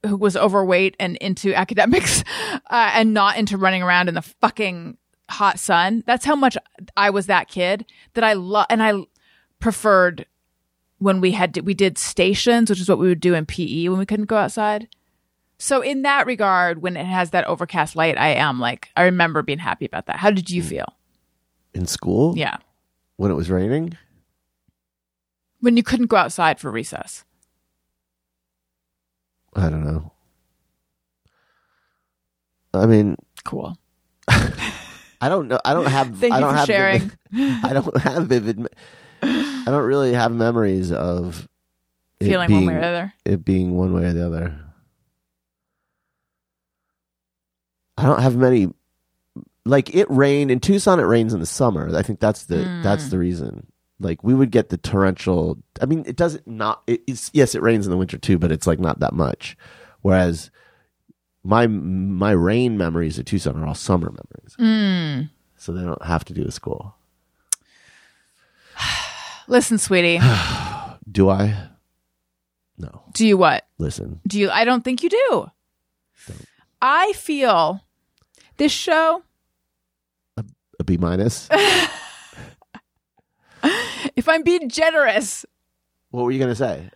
who was overweight and into academics uh, and not into running around in the fucking hot sun. That's how much I was that kid that I love and I preferred when we had we did stations, which is what we would do in PE when we couldn't go outside. So in that regard, when it has that overcast light, I am like I remember being happy about that. How did Mm. you feel? In school? Yeah. When it was raining? When you couldn't go outside for recess. I don't know. I mean, Cool. I don't know. I don't have. Thank I you don't for have sharing. vivid- I don't have vivid. me- I don't really have memories of it feeling being, one way or the other. It being one way or the other. I don't have many. Like it rained in Tucson. It rains in the summer. I think that's the that's the reason. Like we would get the torrential. I mean, it doesn't not. It, it's yes, it rains in the winter too, but it's like not that much. Whereas my my rain memories of Tucson are all summer memories, so they don't have to do with school. Listen, sweetie, Do I? No. do you what? Listen. Do you? I don't think you do. I feel this show. A B minus. If I'm being generous, what were you gonna say?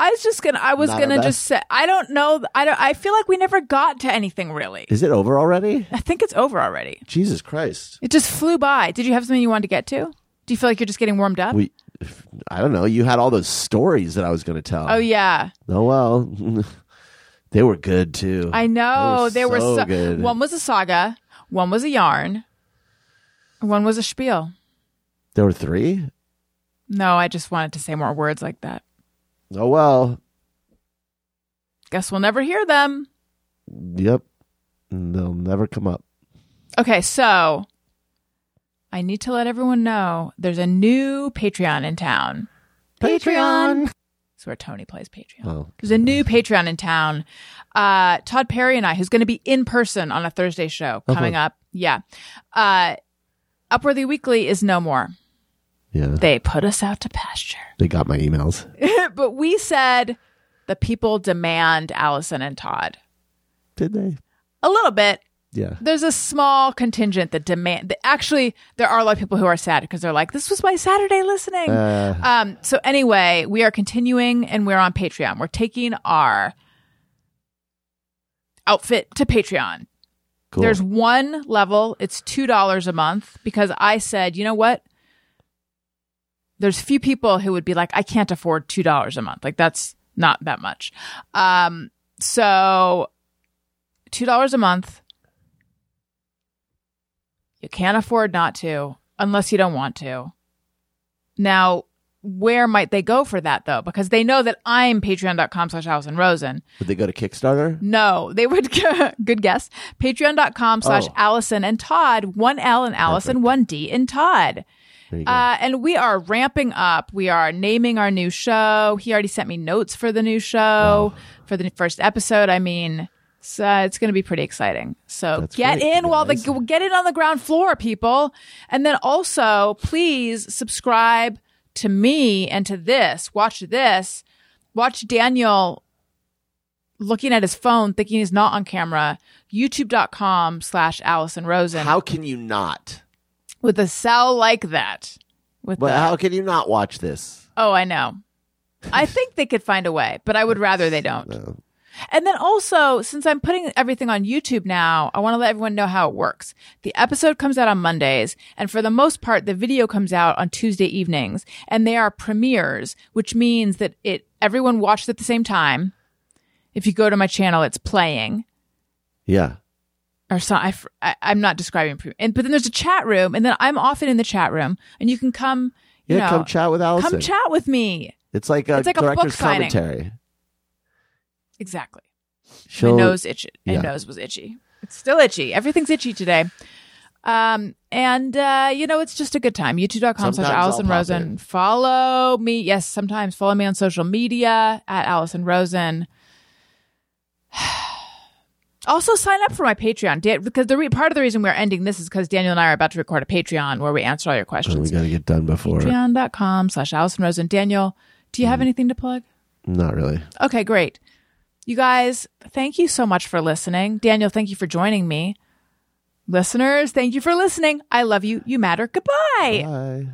I was just gonna. I was Not our gonna just say. best? I don't know. I don't. I feel like we never got to anything really. Is it over already? I think it's over already. Jesus Christ. It just flew by. Did you have something you wanted to get to? Do you feel like you're just getting warmed up? We, I don't know. You had all those stories that I was going to tell. oh yeah, Oh well, they were good too. I know. They There were were so so, good. one was a saga, one was a yarn, one was a spiel. there were three. No, I just wanted to say more words like that. Oh well. Guess we'll never hear them. Yep. They'll never come up. Okay, so I need to let everyone know there's a new Patreon in town. Patreon. That's where Tony plays Patreon. Oh. There's a new Patreon in town. Uh, Todd Perry and I, who's going to be in person on a Thursday show Oh, coming fun. up. Yeah. Uh, Upworthy Weekly is no more. Yeah. They put us out to pasture. They got my emails. but we said the people demand Allison and Todd. Did they? A little bit. Yeah. There's a small contingent that demand. That actually, there are a lot of people who are sad because they're like, "This was my Saturday listening." Uh. um. So anyway, we are continuing, and we're on Patreon. We're taking our outfit to Patreon. Cool. There's one level. It's two dollars a month because I said, you know what? There's few people who would be like, I can't afford two dollars a month. Like that's not that much. Um, so two dollars a month. You can't afford not to unless you don't want to. Now, where might they go for that though? Because they know that I'm patreon.com slash Allison Rosen. Would they go to Kickstarter? No, they would. good guess. Patreon.com slash Oh. Allison and Todd. One L in Allison, one D in Todd. There you go. Uh, and we are ramping up. We are naming our new show. He already sent me notes for the new show, for the first episode. I mean, so it's going to be pretty exciting. So That's get great, in while the guys. get in on the ground floor, people. And then also, please subscribe to me and to this. Watch this. Watch Daniel looking at his phone, thinking he's not on camera. YouTube.com slash Allison Rosen how can you not? with a cell like that. With But the- how can you not watch this? Oh, I know. I think they could find a way, but I would rather they don't. And then also, since I'm putting everything on YouTube now, I want to let everyone know how it works. The episode comes out on Mondays, and for the most part, the video comes out on Tuesday evenings, and they are premieres, which means that it everyone watches at the same time. If you go to my channel, it's playing Yeah. or so I, fr- I am not describing pre- and but then there's a chat room and then I'm often in the chat room and you can come you Yeah. know, come chat with Allison. come chat with me It's like a It's like a book director's signing. commentary. exactly She'll my nose itch my yeah. nose was itchy it's still itchy everything's itchy today um and uh you know it's just a good time youtube.com slash Sometimes I'll allison pop rosen in. follow me yes sometimes follow me on social media at allison rosen also sign up for my patreon Dan- because the re- part of the reason we're ending this is because daniel and i are about to record a patreon where we answer all your Oh, we questions got to get Mm-hmm. done before. patreon.com slash allison rosen daniel do you have anything to plug Not really. Okay, great. You guys, thank you so much for listening. Daniel, thank you for joining me. Listeners, thank you for listening. I love you. You matter. Goodbye.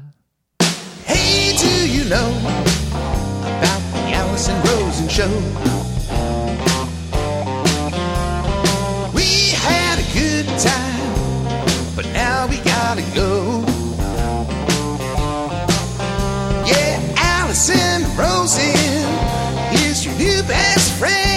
Bye. Hey, do you know about the Allison Rosen show? We had a good time, but now we gotta go. Yeah, Allison Rosen is your new best friend.